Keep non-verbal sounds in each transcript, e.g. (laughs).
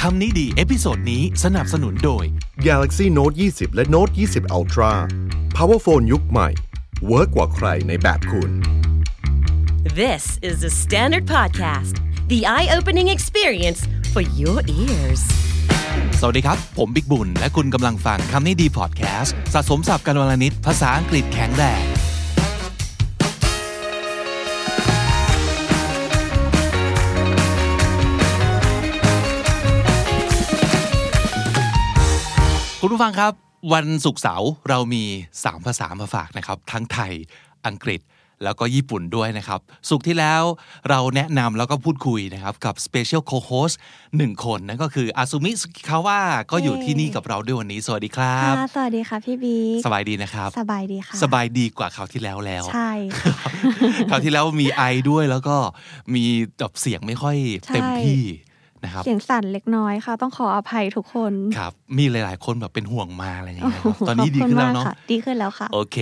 คำนี้ดีเอพิโซดนี้สนับสนุนโดย Galaxy Note 20 และ Note 20 Ultra Power Phone ยุคใหม่เวิร์กกว่าใครในแบบคุณ This is the Standard Podcast, the eye opening experience for your ears. สวัสดีครับ ผมบิ๊กบุญ และคุณกำลังฟังคำนี้ดีพอดแคสต์สะสมสับการวลนิดภาษาอังกฤษแข็งแรง คุณผู้ฟังครับ วันศุกร์เสาร์เรามี 3 ภาษามาฝากนะครับ ทั้งไทยอังกฤษแล้วก็ญี่ปุ่นด้วยนะครับ สุกร์ที่แล้วเราแนะนำแล้วก็พูดคุยนะครับ กับ Special Co-host หนึ่งคนนั่นก็คืออาซุมิสุกิคาวะก็อยู่ที่นี่กับเราด้วยวันนี้ สวัสดีครับ ค่ะสวัสดีค่ะพี่บี สบายดีนะครับ สบายดีค่ะ สบายดีกว่าคราวที่แล้วแล้ว ใช่ค่ะ (laughs) คราวที่แล้วมีไอด้วยแล้วก็มีแบบเสียงไม่ค่อยเต็ม ใช่ ที่นะครับ เสียงสั่นเล็กน้อยค่ะ ต้องขออภัยทุกคน ครับ มีหลาย ๆ คนแบบเป็นห่วงมาอะไรอย่างเงี้ยครับตอนนี้ดีขึ้นแล้ว ขอบคุณมาก เนาะ ค่ดีขึ้นแล้วค่ะ โอเค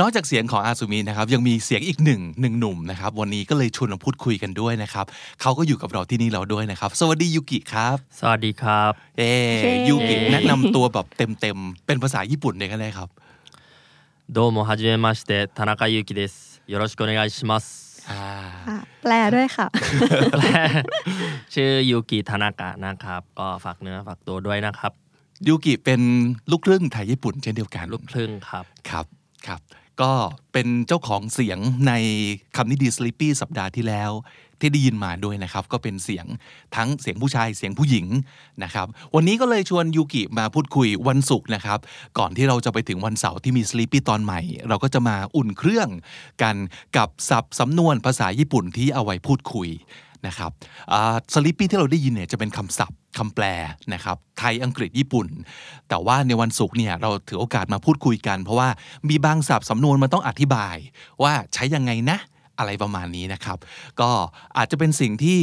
นอกจากเสียงของอาซูมินะครับ ยังมีเสียงอีกหนึ่งหนึ่งหนุ่มนะครับ วันนี้ก็เลยชวนมาพูดคุยกันด้วยนะครับ เขาก็อยู่กับเราที่นี่เราด้วยนะครับ สวัสดียูกิครับ สวัสดีครับ เอ้ เย้ ยูกิแนะนำตัวแบบเต็ม ๆ เป็นภาษาญี่ปุ่นเลยก็ได้ครับ どうもはじめまして田中裕樹ですよろしくお願いします อ่า อ่ะแปลด้วยค่ะ ชื่อยูกิธนากะนะครับ ก็ฝากเนื้อฝากตัวด้วยนะครับ ยูกิเป็นลูกครึ่งไทยญี่ปุ่นเช่นเดียวกัน ลูกครึ่งครับ ครับ ครับ ก็เป็นเจ้าของเสียงในคำนิดี Sleepy สัปดาห์ที่แล้ว ที่ได้ยินมาด้วยนะครับ ก็เป็นเสียงทั้งเสียงผู้ชายเสียงผู้หญิงนะครับ วันนี้ก็เลยชวนยูกิมาพูดคุยวันศุกร์นะครับ ก่อนที่เราจะไปถึงวันเสาร์ที่มี Sleepy ตอนใหม่ เราก็จะมาอุ่นเครื่องกันกับศัพท์สำนวนภาษาญี่ปุ่นที่เอาไว้พูดคุย นะครับสลิปปี้ที่เราได้ยินเนี่ยจะเป็นคำศัพท์คำแปลนะครับไทยอังกฤษญี่ปุ่น แต่ว่าในวันศุกร์เนี่ยเราถือโอกาสมาพูดคุยกัน เพราะว่ามีบางศัพท์สำนวนมันต้องอธิบาย ว่าใช้ยังไงนะอะไรประมาณนี้นะครับ ก็อาจจะเป็นสิ่งที่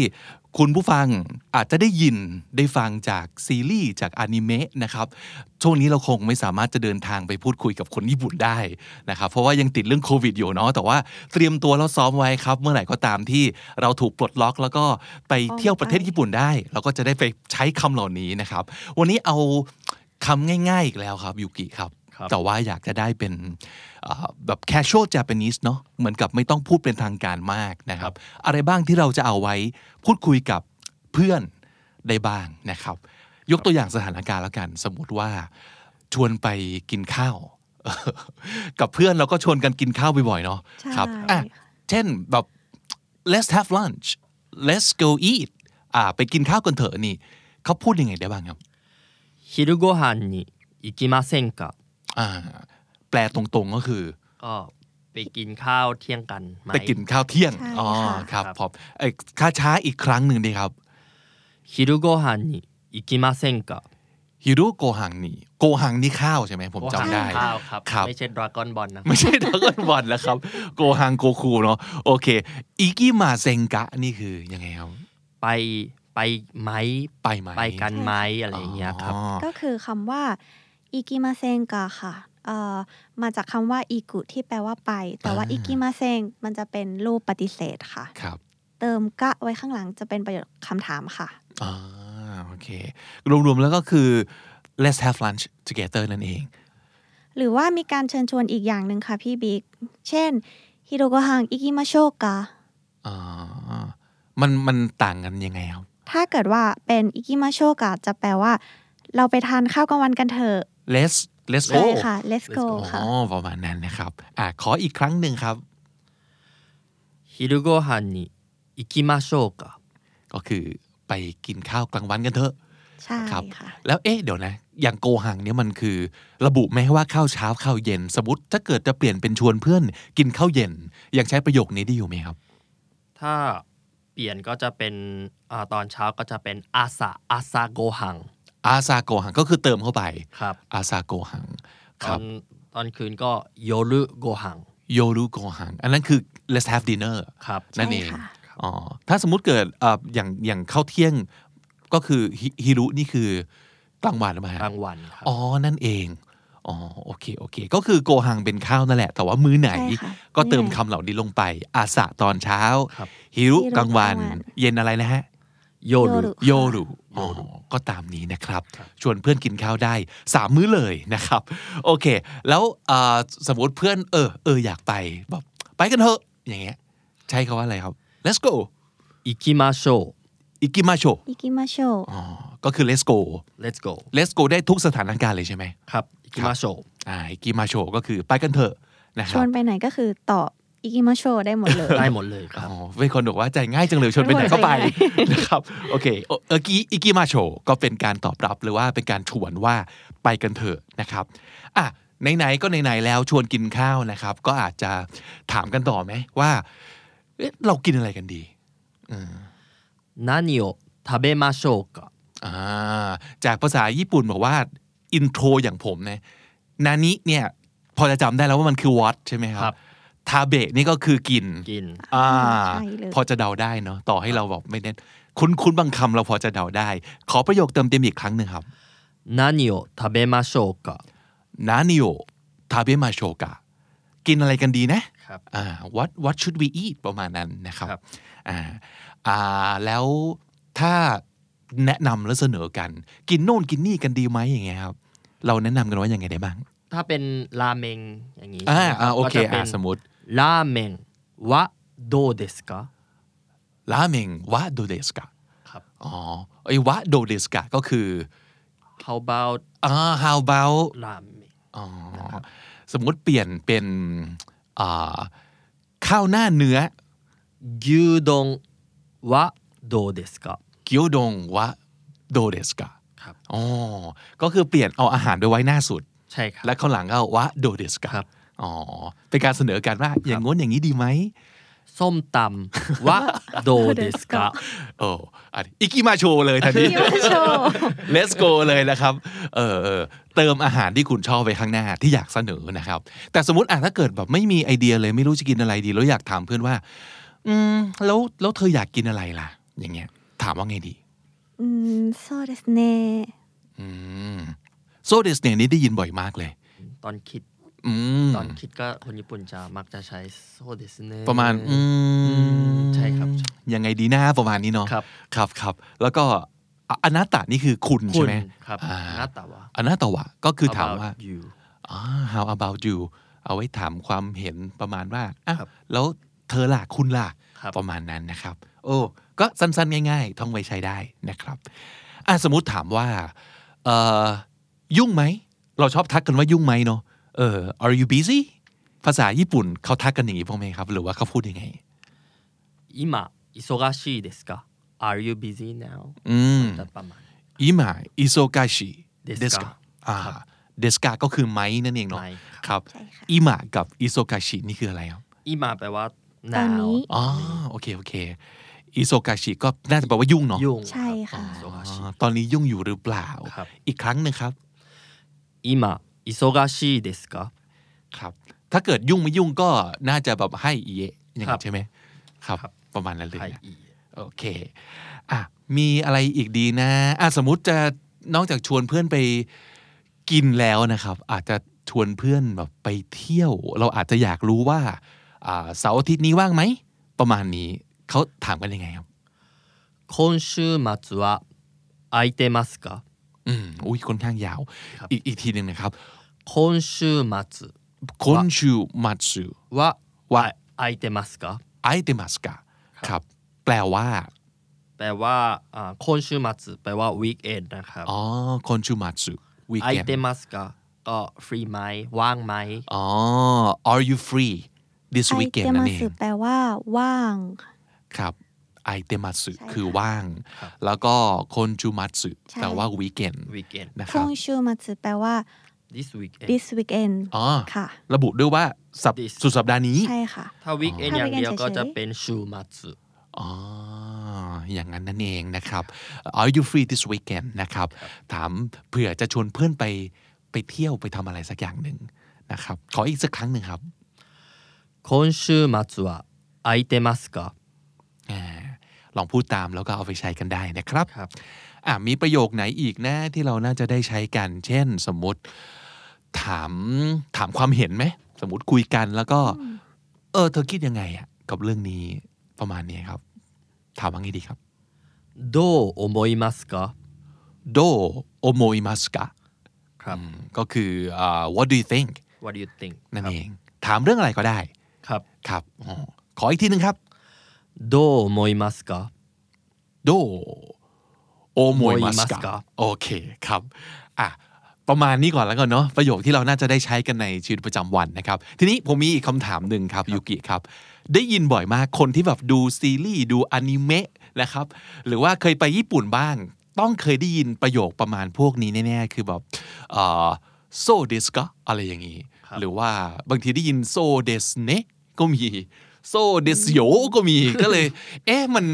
คุณผู้ฟังอาจจะได้ยินได้ฟังจากซีรีส์จากอนิเมะนะครับช่วงนี้เราคงไม่สามารถจะเดินทางไปพูดคุยกับคนญี่ปุ่นได้นะครับเพราะว่ายังติดเรื่องโควิดอยู่เนาะแต่ว่าเตรียมตัวแล้วซ้อมไว้ครับ เมื่อไหร่ก็ตามที่เราถูกปลดล็อกแล้วก็ไปเที่ยวประเทศญี่ปุ่นได้ เราก็จะได้ไปใช้คำเหล่านี้นะครับ วันนี้เอาคำง่ายๆอีกแล้วครับยูกิครับ ครับ แต่ว่าอยากจะได้เป็นเอ่อแบบ casual Japanese เนาะเหมือนกับไม่ต้องพูดเป็นทางการมากนะครับ อะไรบ้างที่เราจะเอาไว้พูดคุยกับเพื่อนได้บ้างนะครับ ยกตัวอย่างสถานการณ์แล้วกัน สมมติว่าชวนไปกินข้าว (laughs) กับเพื่อนเราก็ชวนกันกินข้าวบ่อยๆเนาะ ใช่ ครับอ่ะเช่นแบบ let's have lunch let's go eat อ่าไปกินข้าวกันเถอะนี่เขาพูดยังไงได้บ้างครับ 昼ご飯に行きませんか อ่า แปลตรงๆก็คือ ก็ไปกินข้าวเที่ยงกันไหม ไปกินข้าวเที่ยง ใช่ อ๋อ ค่ะ ครับ ครับ ผมเอ้ยข้าช้าอีกครั้งหนึ่งดีครับ 昼ご飯に行きませんか ฮิรุโกหังนี่ โกหังนี่ข้าวใช่ไหมผมจำได้ โอ้หาข้าวครับ ครับ ไม่ใช่ดราก้อนบอลนะ ไม่ใช่ดราก้อนบอลแล้วครับ โกหังโกคูเนาะ โอเค อิกิมาเซงกะนี่คือยังไงครับ ไปไปไหม ไปไหม ไปกันไหมอะไรอย่างเงี้ยครับ อ๋อ ก็คือคำว่าอิกิมาเซงกะค่ะเอ่อมาจากคำว่าอิกุที่แปลว่าไป แต่ว่า อ่า อิกิมาเซงมันจะเป็นรูปปฏิเสธค่ะ ครับ เติมกะไว้ข้างหลังจะเป็นประโยคคำถามค่ะ อ่า โอเค รวมๆแล้วก็คือ let's have lunch together นั่นเอง หรือว่ามีการเชิญชวนอีกอย่างหนึ่งค่ะพี่บิ๊กเช่นฮิโรโกฮังอิกิมาโชกะ อ่า มันมันต่างกันยังไงครับ ถ้าเกิดว่าเป็นอิกิมาโชกะจะแปลว่า เราไปทานข้าวกลางวันกันเถอะ let's let's ใช่ go ค่ะ let's go ค่ะ อ๋อประมาณนั้นนะครับ อ่าขออีกครั้งหนึ่งครับ 昼ご飯に行きましょうか ก็คือไปกินข้าวกลางวันกันเถอะ ใช่ ครับ ค่ะ แล้วเอ๊ะเดี๋ยวนะ อย่างโกหังเนี่ยมันคือ ระบุไหมว่าข้าวเช้าข้าวเย็น สมมติถ้าเกิดจะเปลี่ยนเป็นชวนเพื่อน กินข้าวเย็น ยังใช้ประโยคนี้ได้อยู่ไหมครับ ถ้าเปลี่ยนก็จะเป็นอาตอนเช้าก็จะเป็นอาซาอาซาโกหัง อาซาโกหังก็คือเติมเข้าไป ครับ อาซาโกหัง ค ต รั อบ นตอนคืนก็โยรุโกหัง โยรุโกหัง อันนั้นคือ let's have dinner ครับ นั่นเอง ใช่ค่ะ อ๋อถ้าสมมุติเกิดเอ่ออย่างอย่างข้าวเที่ยงก็คือฮิฮิรุนี่คือกลางวันหรือเปล่าฮะ กลางวันครับ อ๋อ นั่นเอง อ๋อ โอเค โอเค ก็คือโกหังเป็นข้าวนั่นแหละ แต่ว่ามื้อไหน ใช่ค่ะ ก็เติม มื้อไหน คำเหล่านี้ลงไป อาสะตอนเช้า ครับ ฮิรุ ฮิรุ กลางวัน กลางวัน เย็นอะไรนะฮะ โยรุ ค่ะ โยรุ อ๋ โย อ ดู ก็ตามนี้นะครับ ครับ ชวนเพื่อนกินข้าวได้ 3 มื้อเลยนะครับ โอเค แล้วเอ่อสมมติเพื่อนเออเอออยากไปแบบไปกันเถอะ อย่างเงี้ยใช้คาว่าอะไรครับ let's go อิคิมาโช อิกิมาโช อิกิมาโช อ๋อก็คือ let's go let's go let's go ได้ทุกสถานการณ์เลยใช่ไหม ครับอิคิมาโช อ่าอิกิมาโชก็คือไปกันเถอะนะค ช รั ว บ นไปไหนก็คือต่ออิกิมาโชได้หมดเลย ได้หมดเลยค อ๋ รั อบ เป็นคนบอกว่าใจง่ายจังเลยชวนไปไหนก็ไป (laughs) นะครับโอเคเออเออกิอิกิมาโชก็เป็นการตอบรับหรือว่าเป็นการชวนว่าไปกันเถอะนะครับอ่ะไหนๆก็ไหนๆแล้วชวนกินข้าวนะครับ ก็อาจจะถามกันต่อไหมว่าเอ๊ะเรากินอะไรกันดี นานิโอทาเบมาโชกะ อ่าจากภาษาญี่ปุ่นบอกว่า อินโทรอย่างผมเนี่ยนานิเนี่ยพอจะจำได้แล้วว่ามันคือ what ใช่ไหมค ค รั รั บบ ทาเบะนี่ก็คือกิน กิน อ่า ใช่เลย พอจะเดาได้เนาะต่อให้เราแบบไม่เน้นคุ้นคุ้นบางคำเราพอจะเดาได้ ขอประโยคเติมเต็มอีกครั้งหนึ่งครับ นานิโอทาเบมาโชกะ นานิโอทาเบะมาโชกะกินอะไรกันดีนะ ครับ อ่า what what should we eat ประมาณนั้นนะครับ ครับ อ่าอ่าแล้วถ้าแนะนำและเสนอกัน กินโน่นกินนี่กันดีไหมอย่างเงี้ยครับ เราแนะนำกันว่ายังไงได้บ้าง ถ้าเป็นราเมงอย่างนี้ อ่า ใช่ไหมรับ อ่าโอเค ก็จะป็ อ่าน สมมติ ราเมงวะโดเดสกะ ราเมงวะโดเดสกะ ครับ อ๋อไอ้วะโดเดสกะก็คือ how about อ่า how about ราเมง อ๋อสมมติเปลี่ยนเป็นอ่าข้าวหน้าเนื้อ ยูดงวะโดเดสกะ เกียวดงวะโดเดสกะ ครับ อ๋อ ก็คือเปลี่ยนเอาอาหารไปไว้หน้าสุด ใช่ครับ และข้างหลังก็วะโดเดสกะ ครับ อ๋อ เป็นการเสนอกันว่าอย่างง้นอย่างนี้ดีไหม ส้มตำวะโดเดสกะ โอ้อันอิกิมาโชเลยทันที อิกิมาโช (laughs) Let's go เลยนะครับ เออเออเติมอาหารที่คุณชอบไปข้างหน้าที่อยากเสนอนะครับ แต่สมมติอ่ะถ้าเกิดแบบไม่มีไอเดียเลยไม่รู้จะกินอะไรดี แล้วอยากถามเพื่อนว่า อืม แล้วแล้วเธออยากกินอะไรล่ะ อย่างเงี้ย ถามว่าไงดี (laughs) อืมโซเดสเน่ อืมโซเดสเนี่ยนี่ได้ยินบ่อยมากเลย (laughs) ตอนคิด อืม ตอนคิดก็คนญี่ปุ่นจะมักจะใช้โซเดสเน่ ประมาณอืม ใช่ครับ ยังไงดีหน้าประมาณนี้เนาะ ครับ ครับครับแล้วก็อ่ะอนาตะนี่คือคุณ คุ ใช่ ณ ไหม ครับ อ่า หน้าตาวะ อนาตะวะก็คือถาม about ว่า you อ่า how about you เอาไว้ถามความเห็นประมาณว่าอ้าว ครับ แล้วเธอล่ะคุณล่ะ ครับ ประมาณนั้นนะครับ โอ้ก็สั้นๆ ง่ายๆ ท่องไว้ใช้ได้นะครับอ่ะสมมติถามว่าเอ่อยุ่งไหม เราชอบทักกันว่ายุ่งไหมเนาะเออ are you busy ภาษาญี่ปุ่นเขาทักกันอย่างนี้พวกไหมครับ หรือว่าเขาพูดยังไง 今忙しいですか Are you busy now อืม จะประมาณ อิมาอิโซกาชิ Desu เดสกา ka อ่าเดสกาก็คือไม้นั่นเองเนาะ ไม้ ครับอิมากับอิโซกาชินี่คืออะไรครับ 今แปลว่า ตอน now นี้ อ๋อโอเค โอเคอิโซกาชิก็น่าจะแปลว่ายุ่งเนาะ ยุ่ง ใช่ รับ ค่ะ อ๋อ Isogashi ตอนนี้ยุ่งอยู่หรือเปล่า ครับ อีกครั้งหนึงครับ 今忙しいですか ครับ ถ้าเกิดยุ่งไม่ยุ่งก็น่าจะแบบให้เอะอย่าง ครั นั้น บ ใช่ไหมครับ ครับ ประมาณนั้นเลย はい นะ โอเค อ่ะ มีอะไรอีกดีนะ อ่ะ สมมติจะนอกจากชวนเพื่อนไปกินแล้วนะครับ อาจจะชวนเพื่อนแบบไปเที่ยว เราอาจจะอยากรู้ว่า อ่าเสาร์อาทิตย์นี้ว่างไหม ประมาณนี้ เขาถามกันยังไงครับ 今週末は空いてますか อืม อุ้ยค่อนข้างยาว ครับ อีกอีกทีหนึ่งนะครับ 今週末 คอนชูมัตสึ は ว่า 空いてますか ไอเดมัสกาครับ แปลว่า แปลว่าอ่า今週末แปลว่า weekend นะครับ อ๋อคอนชูมัตสึวี 空 แก いて น ますかก็ free ไหมว่างไหม อ๋อ are you free this ไอเต weekend มา นั่นเอง สึแปลว่าว่าง ครับไอเตมัตสึ ใช่ค่ะ คือว่าง ครับ แล้วก็คนจูมัตสึ ใช่ แปลว่าวีเกน weekend นะค ค รับ งชูมาสึแปลว่า this weekend this weekend อ๋อ ค่ะ ระบุด้วยว่าสัป This สุดสัปดาห์นี้ ใช่ค่ะ ถ้า weekend ถ้า อย่างเดียว weekend ก็จะ เฉยๆ เป็น週末 อ๋ออย่างนั้นนั่นเองนะครับ Are you free this weekend นะครับ ถามเผื่อจะชวนเพื่อนไปไปเที่ยวไปทำอะไรสักอย่างหนึ่งนะครับ ขออีกสักครั้งหนึ่งครับ 今週末は空いてますか อ่าลองพูดตามแล้วก็เอาไปใช้กันได้นะครับ ครับ อ่ะมีประโยคไหนอีกนะที่เราน่าจะได้ใช้กัน เช่น สมมติ ถามถามความเห็นไหม สมมติคุยกันแล้วก็ เออ เธอคิดยังไงอะกับเรื่องนี้ประมาณนี้ครับ ถามว่าไงดีครับ どう思いますか โดโอโมอิมัสกะ ครับ ก็คืออ่า what do you think what do you think นั่นเอง ถามเรื่องอะไรก็ได้ ครับ ครับอ๋อขออีกทีหนึ่งครับ โดโมยมัสกา โดโอโมอิมัส Omoimasu กะ ka โอเคครับอ่ะประมาณนี้ก่อนแล้วกันเนาะประโยคที่เราน่าจะได้ใช้กันในชีวิตประจำวันนะครับ ทีนี้ผมมีอีกคำถามหนึ่งครับยูกิครับ ได้ยินบ่อยมากคนที่แบบดูซีรีส์ดูอนิเมะนะครับ หรือว่าเคยไปญี่ปุ่นบ้าง ต้องเคยได้ยินประโยคประมาณพวกนี้แน่ๆ คือแบบโซเดสกอะไรอย่างนี้ ครับ หรือว่าบางทีได้ยินโซเดสเนก็มีโซเดสโยก็ (laughs) มี ก็เลย เอ๊ะมัน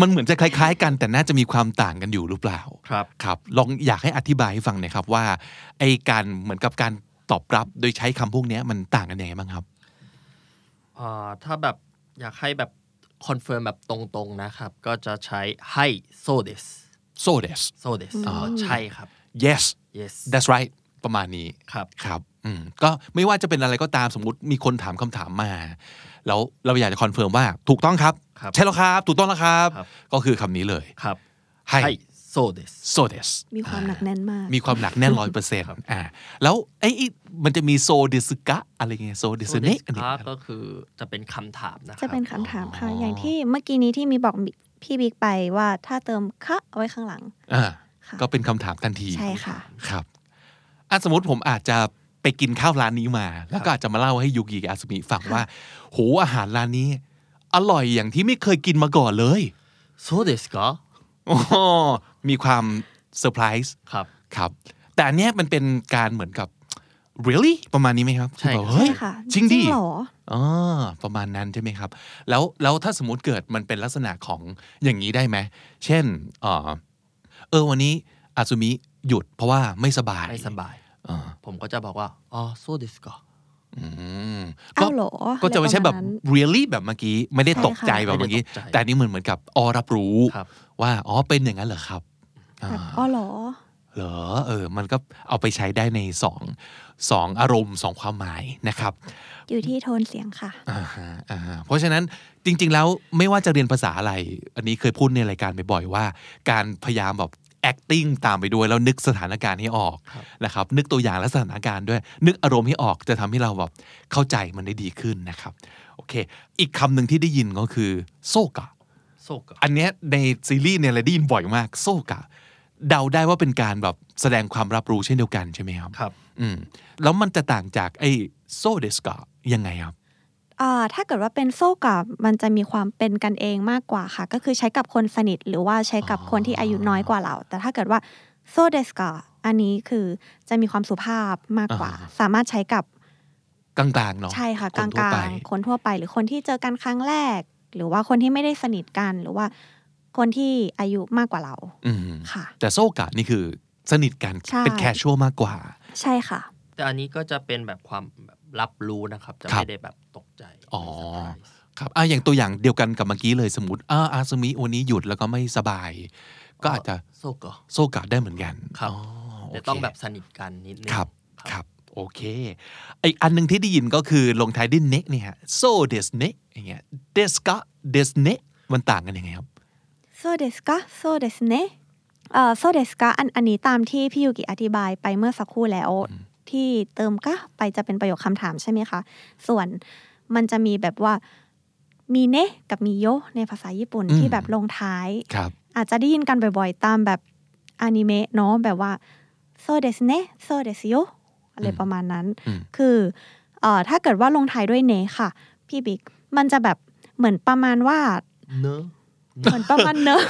มันเหมือนจะคล้ายๆ กันแต่น่าจะมีความต่างกันอยู่หรือเปล่า ครับ ครับลองอยากให้อธิบายให้ฟังหน่อยครับว่าไอการเหมือนกับการตอบรับโดยใช้คำพวกเนี้ยมันต่างกันยังไงบ้างครับ อ่าถ้าแบบอยากให้แบบคอนเฟิร์มแบบตรงๆนะครับ ก็จะใช้ให้ so this so yes so this อ๋อใช่ครับ yes yes that's right ประมาณนี้ ครับ ครับอืมก็ไม่ว่าจะเป็นอะไรก็ตามสมมติมีคนถามคำถามมา แล้วเราอยากจะคอนเฟิร์มว่าถูกต้องครับ ครับ ใช่แล้วครับ ถูกต้องแล้วครับ ครับ ก็คือคำนี้เลย ครับ ให้ ให้ so this so yes มีความหนักแน่นมาก มีความหนักแน่นร้อยเปอร์เซ็นต์อ่าแล้วไอ้ไอ้มันจะมีโซเดสกะอะไรเงี้ยโซเด so สเน this อันนี้ ครับก็คือจะเป็นคำถามนะค จะ รับ เป็นคำถามค่ะ อ๋ออ อย่างที่เมื่อกี้นี้ที่มีบอกพี่บิ๊กไปว่าถ้าเติมคะเอาไว้ข้างหลัง อ่า ค่ะ ก็เป็นคำถามทันที ใช่ค่ะ ครับอ่ะสมมติผมอาจจะไปกินข้าวร้านนี้มา แล้วก็อาจจะมาเล่าให้ยูกิกับอาสมิฟังว่า โหอาหารร้านนี้ อร่อยอย่างที่ไม่เคยกินมาก่อนเลย so this ก็ โอ้โหมีความเซอร์ไพรส์ ครับ ครับ แต่อันเนี้ยมันเป็นการเหมือนกับ really ประมาณนี้ไหมครับ ใช่ครับ เฮ้ย ใช่ค่ะ จริงดิ เหรอ อ๋อประมาณนั้นใช่ไหมครับ แล้วแล้วถ้าสมมติเกิดมันเป็นลักษณะของอย่างนี้ได้ไหม เช่นเอ่อเออวันนี้อาซุมิหยุดเพราะว่าไม่สบาย ไม่สบาย อ่า ผมก็จะบอกว่าอ๋อ so this ก็ อืม อ้าวเหรอ ก็จะไม่ใช่แบบ อะไรประมาณนั้น really แบบเมื่อกี้ ไม่ได้ตกใจ ใช่ค่ะ แบบเมื่อกี้ ไม่ได้ตกใจ แต่อันนี่เหมือนเหมือนกับออรับรู้ ครับ ว่าอ๋อเป็นอย่างนั้นเหรอครับอ่า แบบอ๋อเหรอ เหรอเออ มันก็เอาไปใช้ได้ในสองสองอารมณ์สองความหมายนะครับ อยู่ที่โทนเสียงค่ะ อ่าฮะอ่าฮะเพราะฉะนั้นจริง ๆ แล้วไม่ว่าจะเรียนภาษาอะไร อันนี้เคยพูดในรายการบ่อยๆว่า การพยายามแบบ acting ตามไปด้วยแล้วนึกสถานการณ์ให้ออกนะครับ นึกตัวอย่างและสถานการณ์ด้วย นึกอารมณ์ให้ออกจะทำให้เราแบบเข้าใจมันได้ดีขึ้นนะครับ โอเค อีกคำหนึ่งที่ได้ยินก็คือโซกะ so ก็ อันเนี้ยในซีรีส์เนี่ยเราได้ยินบ่อยมากโซกะ เดาได้ว่าเป็นการแบบแสดงความรับรู้เช่นเดียวกันใช่ไหมครับ ครับ อืมแล้วมันจะต่างจากไอ้โซเดสกะยังไงครับ อ่าถ้าเกิดว่าเป็นโซ่กับมันจะมีความเป็นกันเองมากกว่าค่ะ ก็คือใช้กับคนสนิทหรือว่าใช้กับ อ๋อ คนที่อายุน้อยกว่าเรา แต่ถ้าเกิดว่าโซเดสกาอันนี้คือจะมีความสุภาพมากกว่า สามารถใช้กับ กลางๆเนาะ ใช่ค่ะ น กลาง ทั่วไป ๆคนทั่วไป หรือคนที่เจอกันครั้งแรก หรือว่าคนที่ไม่ได้สนิทกัน หรือว่าคนที่อายุมากกว่าเรา อืม ค่ะ แต่โซกะนี่คือสนิทกัน ใช่ เป็นแคชชวลมากกว่า ใช่ค่ะ แต่อันนี้ก็จะเป็นแบบความแบบรับรู้นะครับ จะ ครับ ไม่ได้แบบตกใจ อ๋อ ไม่ surprise ครับอ่ะอย่างตัวอย่างเดียวกันกับเมื่อกี้เลยสมมติอ่าอาซมิวันนี้หยุดแล้วก็ไม่สบาย ก็อาจจะ โซก็ โซกะได้เหมือนกัน ครับ อ๋อโเค แต่ต้องแบบสนิทกันนิดนึง ครับ ครับ โอเค อีกอันหนึ่งที่ได้ยินก็คือลงท้ายด้วยเนะเนี่ยฮะ so des ne อย่างเงี้ย des ka des ne มันต่างกันยังไงครับ そうですかそうですねเอ่อそうですかอันอันนี้ตามที่พี่ยูกิอธิบายไปเมื่อสักครู่แล้ว ที่เติมกะไปจะเป็นประโยคคำถามใช่ไหมคะ ส่วนมันจะมีแบบว่ามีเนะกับมีโยในภาษาญี่ปุ่น อืม ที่แบบลงท้าย ครับ อาจจะได้ยินกันบ่อยๆ ตามแบบอนิเมะเนาะแบบว่าโซเดสเนโซเดสโยอะไรประมาณนั้น อืม คือเอ่อถ้าเกิดว่าลงท้ายด้วยเนค่ะ พี่บิ๊กมันจะแบบเหมือนประมาณว่า เนอะ เหมือนประมาณเนอะ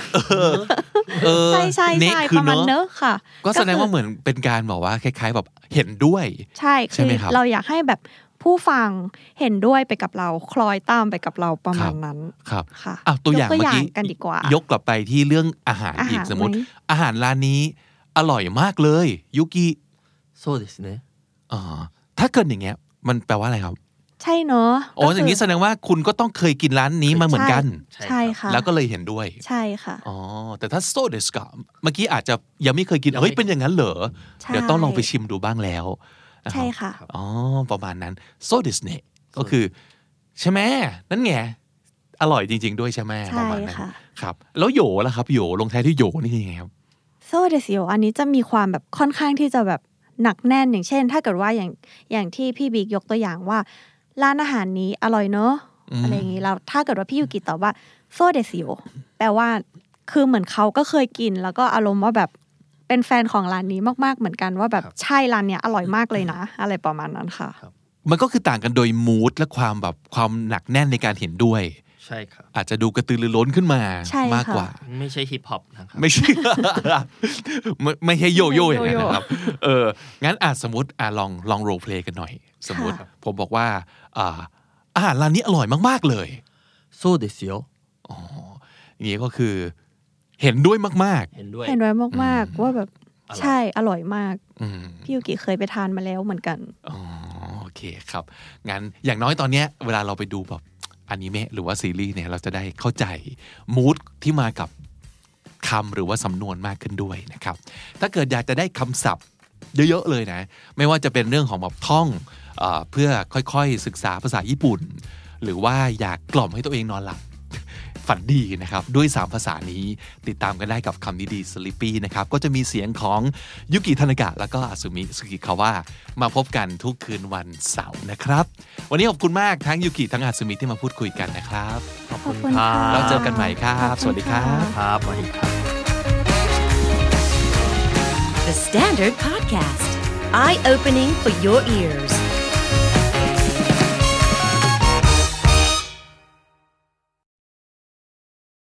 เออ ใช่ใช่ เนะ ใช่ คือประมาณ เนาะ เนอะค่ะ ก็แสดงว่า คือ เหมือนเป็นการบอกว่าคล้ายๆแบบเห็นด้วย ใช่ ใช่ คือ ไหมครับ เราอยากให้แบบผู้ฟังเห็นด้วยไปกับเรา คล้อยตามไปกับเราประครัมาณ บ นั้น ครับ ค่ะ อ่ะตัวอย่าง ก เมื่อกี้ กันดีกว่าย ย กกลับไปที่เรื่องอาหาร อาหาร อีกสมมติ ไหม อาหารร้านนี้อร่อยมากเลยยุกิ โซดิสเนอะ อ่าถ้าเกิดอย่างเงี้ย มันแปลว่าอะไรครับ ใช่เนอะ อ๋อ ก็อคืย่างนี้แสดงว่าคุณก็ต้องเคยกินร้านนี้มาเหมือนกัน ใช่ ใช่ค่ะ แล้วก็เลยเห็นด้วย ใช่ค่ะ อ๋อ แต่ถ้าโซเดสกะเมื่อกี้อาจจะยังไม่เคยกิน ยังไม่ เฮ้ย เป็นอย่างนั้นเหรอ ใช่ เดี๋ยวต้องลองไปชิมดูบ้างแล้วนะรับ ใช่ค่ะ อ๋อ ประมาณนั้นโซเดสเนก็คือ ใช่ไหมนั่นไง อร่อยจริง ๆ ด้วยใช่ไหม ใช่ ประมาณนั้น ค่ะ ครับ แล้วโหยล่ะครับโหยลงท้ายที่โหยนี่คือยังไงครับ โซ โซเดซิโออันนี้จะมีความแบบค่อนข้างที่จะแบบหนักแน่นอย่างเช่น ถ้าเกิดว่าอย่างอย่างที่พี่บิ๊กยกตัวอย่างว่า ร้านอาหารนี้อร่อยเนอะ อืม อะไรอย่างนี้เราถ้าเกิดว่าพี่ยูกิตอบว่าโซเดซิโอแปลว่าคือเหมือนเขาก็เคยกิน แล้วก็อารมณ์ว่าแบบเป็นแฟนของร้านนี้มาก ๆ เหมือนกันว่าแบบใช่ร้านเนี้ยอร่อยมากเลยนะ อะไรประมาณนั้นค่ะ มันก็คือต่างกันโดยมูดและความแบบความหนักแน่นในการเห็นด้วย ใช่ครับ อาจจะดูกระตือรือร้นขึ้นมา ใช่ค่ะ มากกว่า ไม่ใช่ฮิปฮอปนะครับ ไม่ใช่ (laughs) ไม่ไม่ใช่โยโย่อย่างนั้นนะครับ เออ งั้นอาจสมมติอ่ะลองลองโรเพลกันหน่อย สมมติ ค่ะ ผมบอกว่าอ่าอาหารร้านนี้อร่อยมาก ๆ เลย สู้เดซิโอ อ๋อ อย่างนี้ก็คือเห็นด้วยมาก เห็นด้วย เห็นไว้มากๆว่าแบบ อร่อย ใช่อร่อยมาก ๆ อืม พี่ยูกิเคยไปทานมาแล้วเหมือนกัน อ๋อโอเคครับ งั้นอย่างน้อยตอนเนี้ยเวลาเราไปดูแบบอนิเมะหรือว่าซีรีส์เนี่ยเราจะได้เข้าใจมูดที่มากับคำหรือว่าสำนวนมากขึ้นด้วยนะครับ ถ้าเกิดอยากจะได้คำศัพท์เยอะๆเลยนะ ไม่ว่าจะเป็นเรื่องของแบบท่องเออเพื่อค่อยๆศึกษาภาษาญี่ปุ่น หรือว่าอยากกล่อมให้ตัวเองนอนหลับ ฝันดีนะครับ ด้วย 3 ภาษานี้ติดตามกันได้กับคำนี้ดีสลิปปี้นะครับ ก็จะมีเสียงของยุกิธนากะ แล้วก็อาสุมิสุกิคาวะมาพบกันทุกคืนวันเสาร์นะครับ วันนี้ขอบคุณมากทั้งยุกิทั้งอาสุมิที่มาพูดคุยกันนะครับ ขอบคุณค่ะ แล้วเจอกันใหม่ครับ ขอณ สวัสดีครับ ะ ครับสวัสดีครับ The Standard Podcast, eye opening for your ears.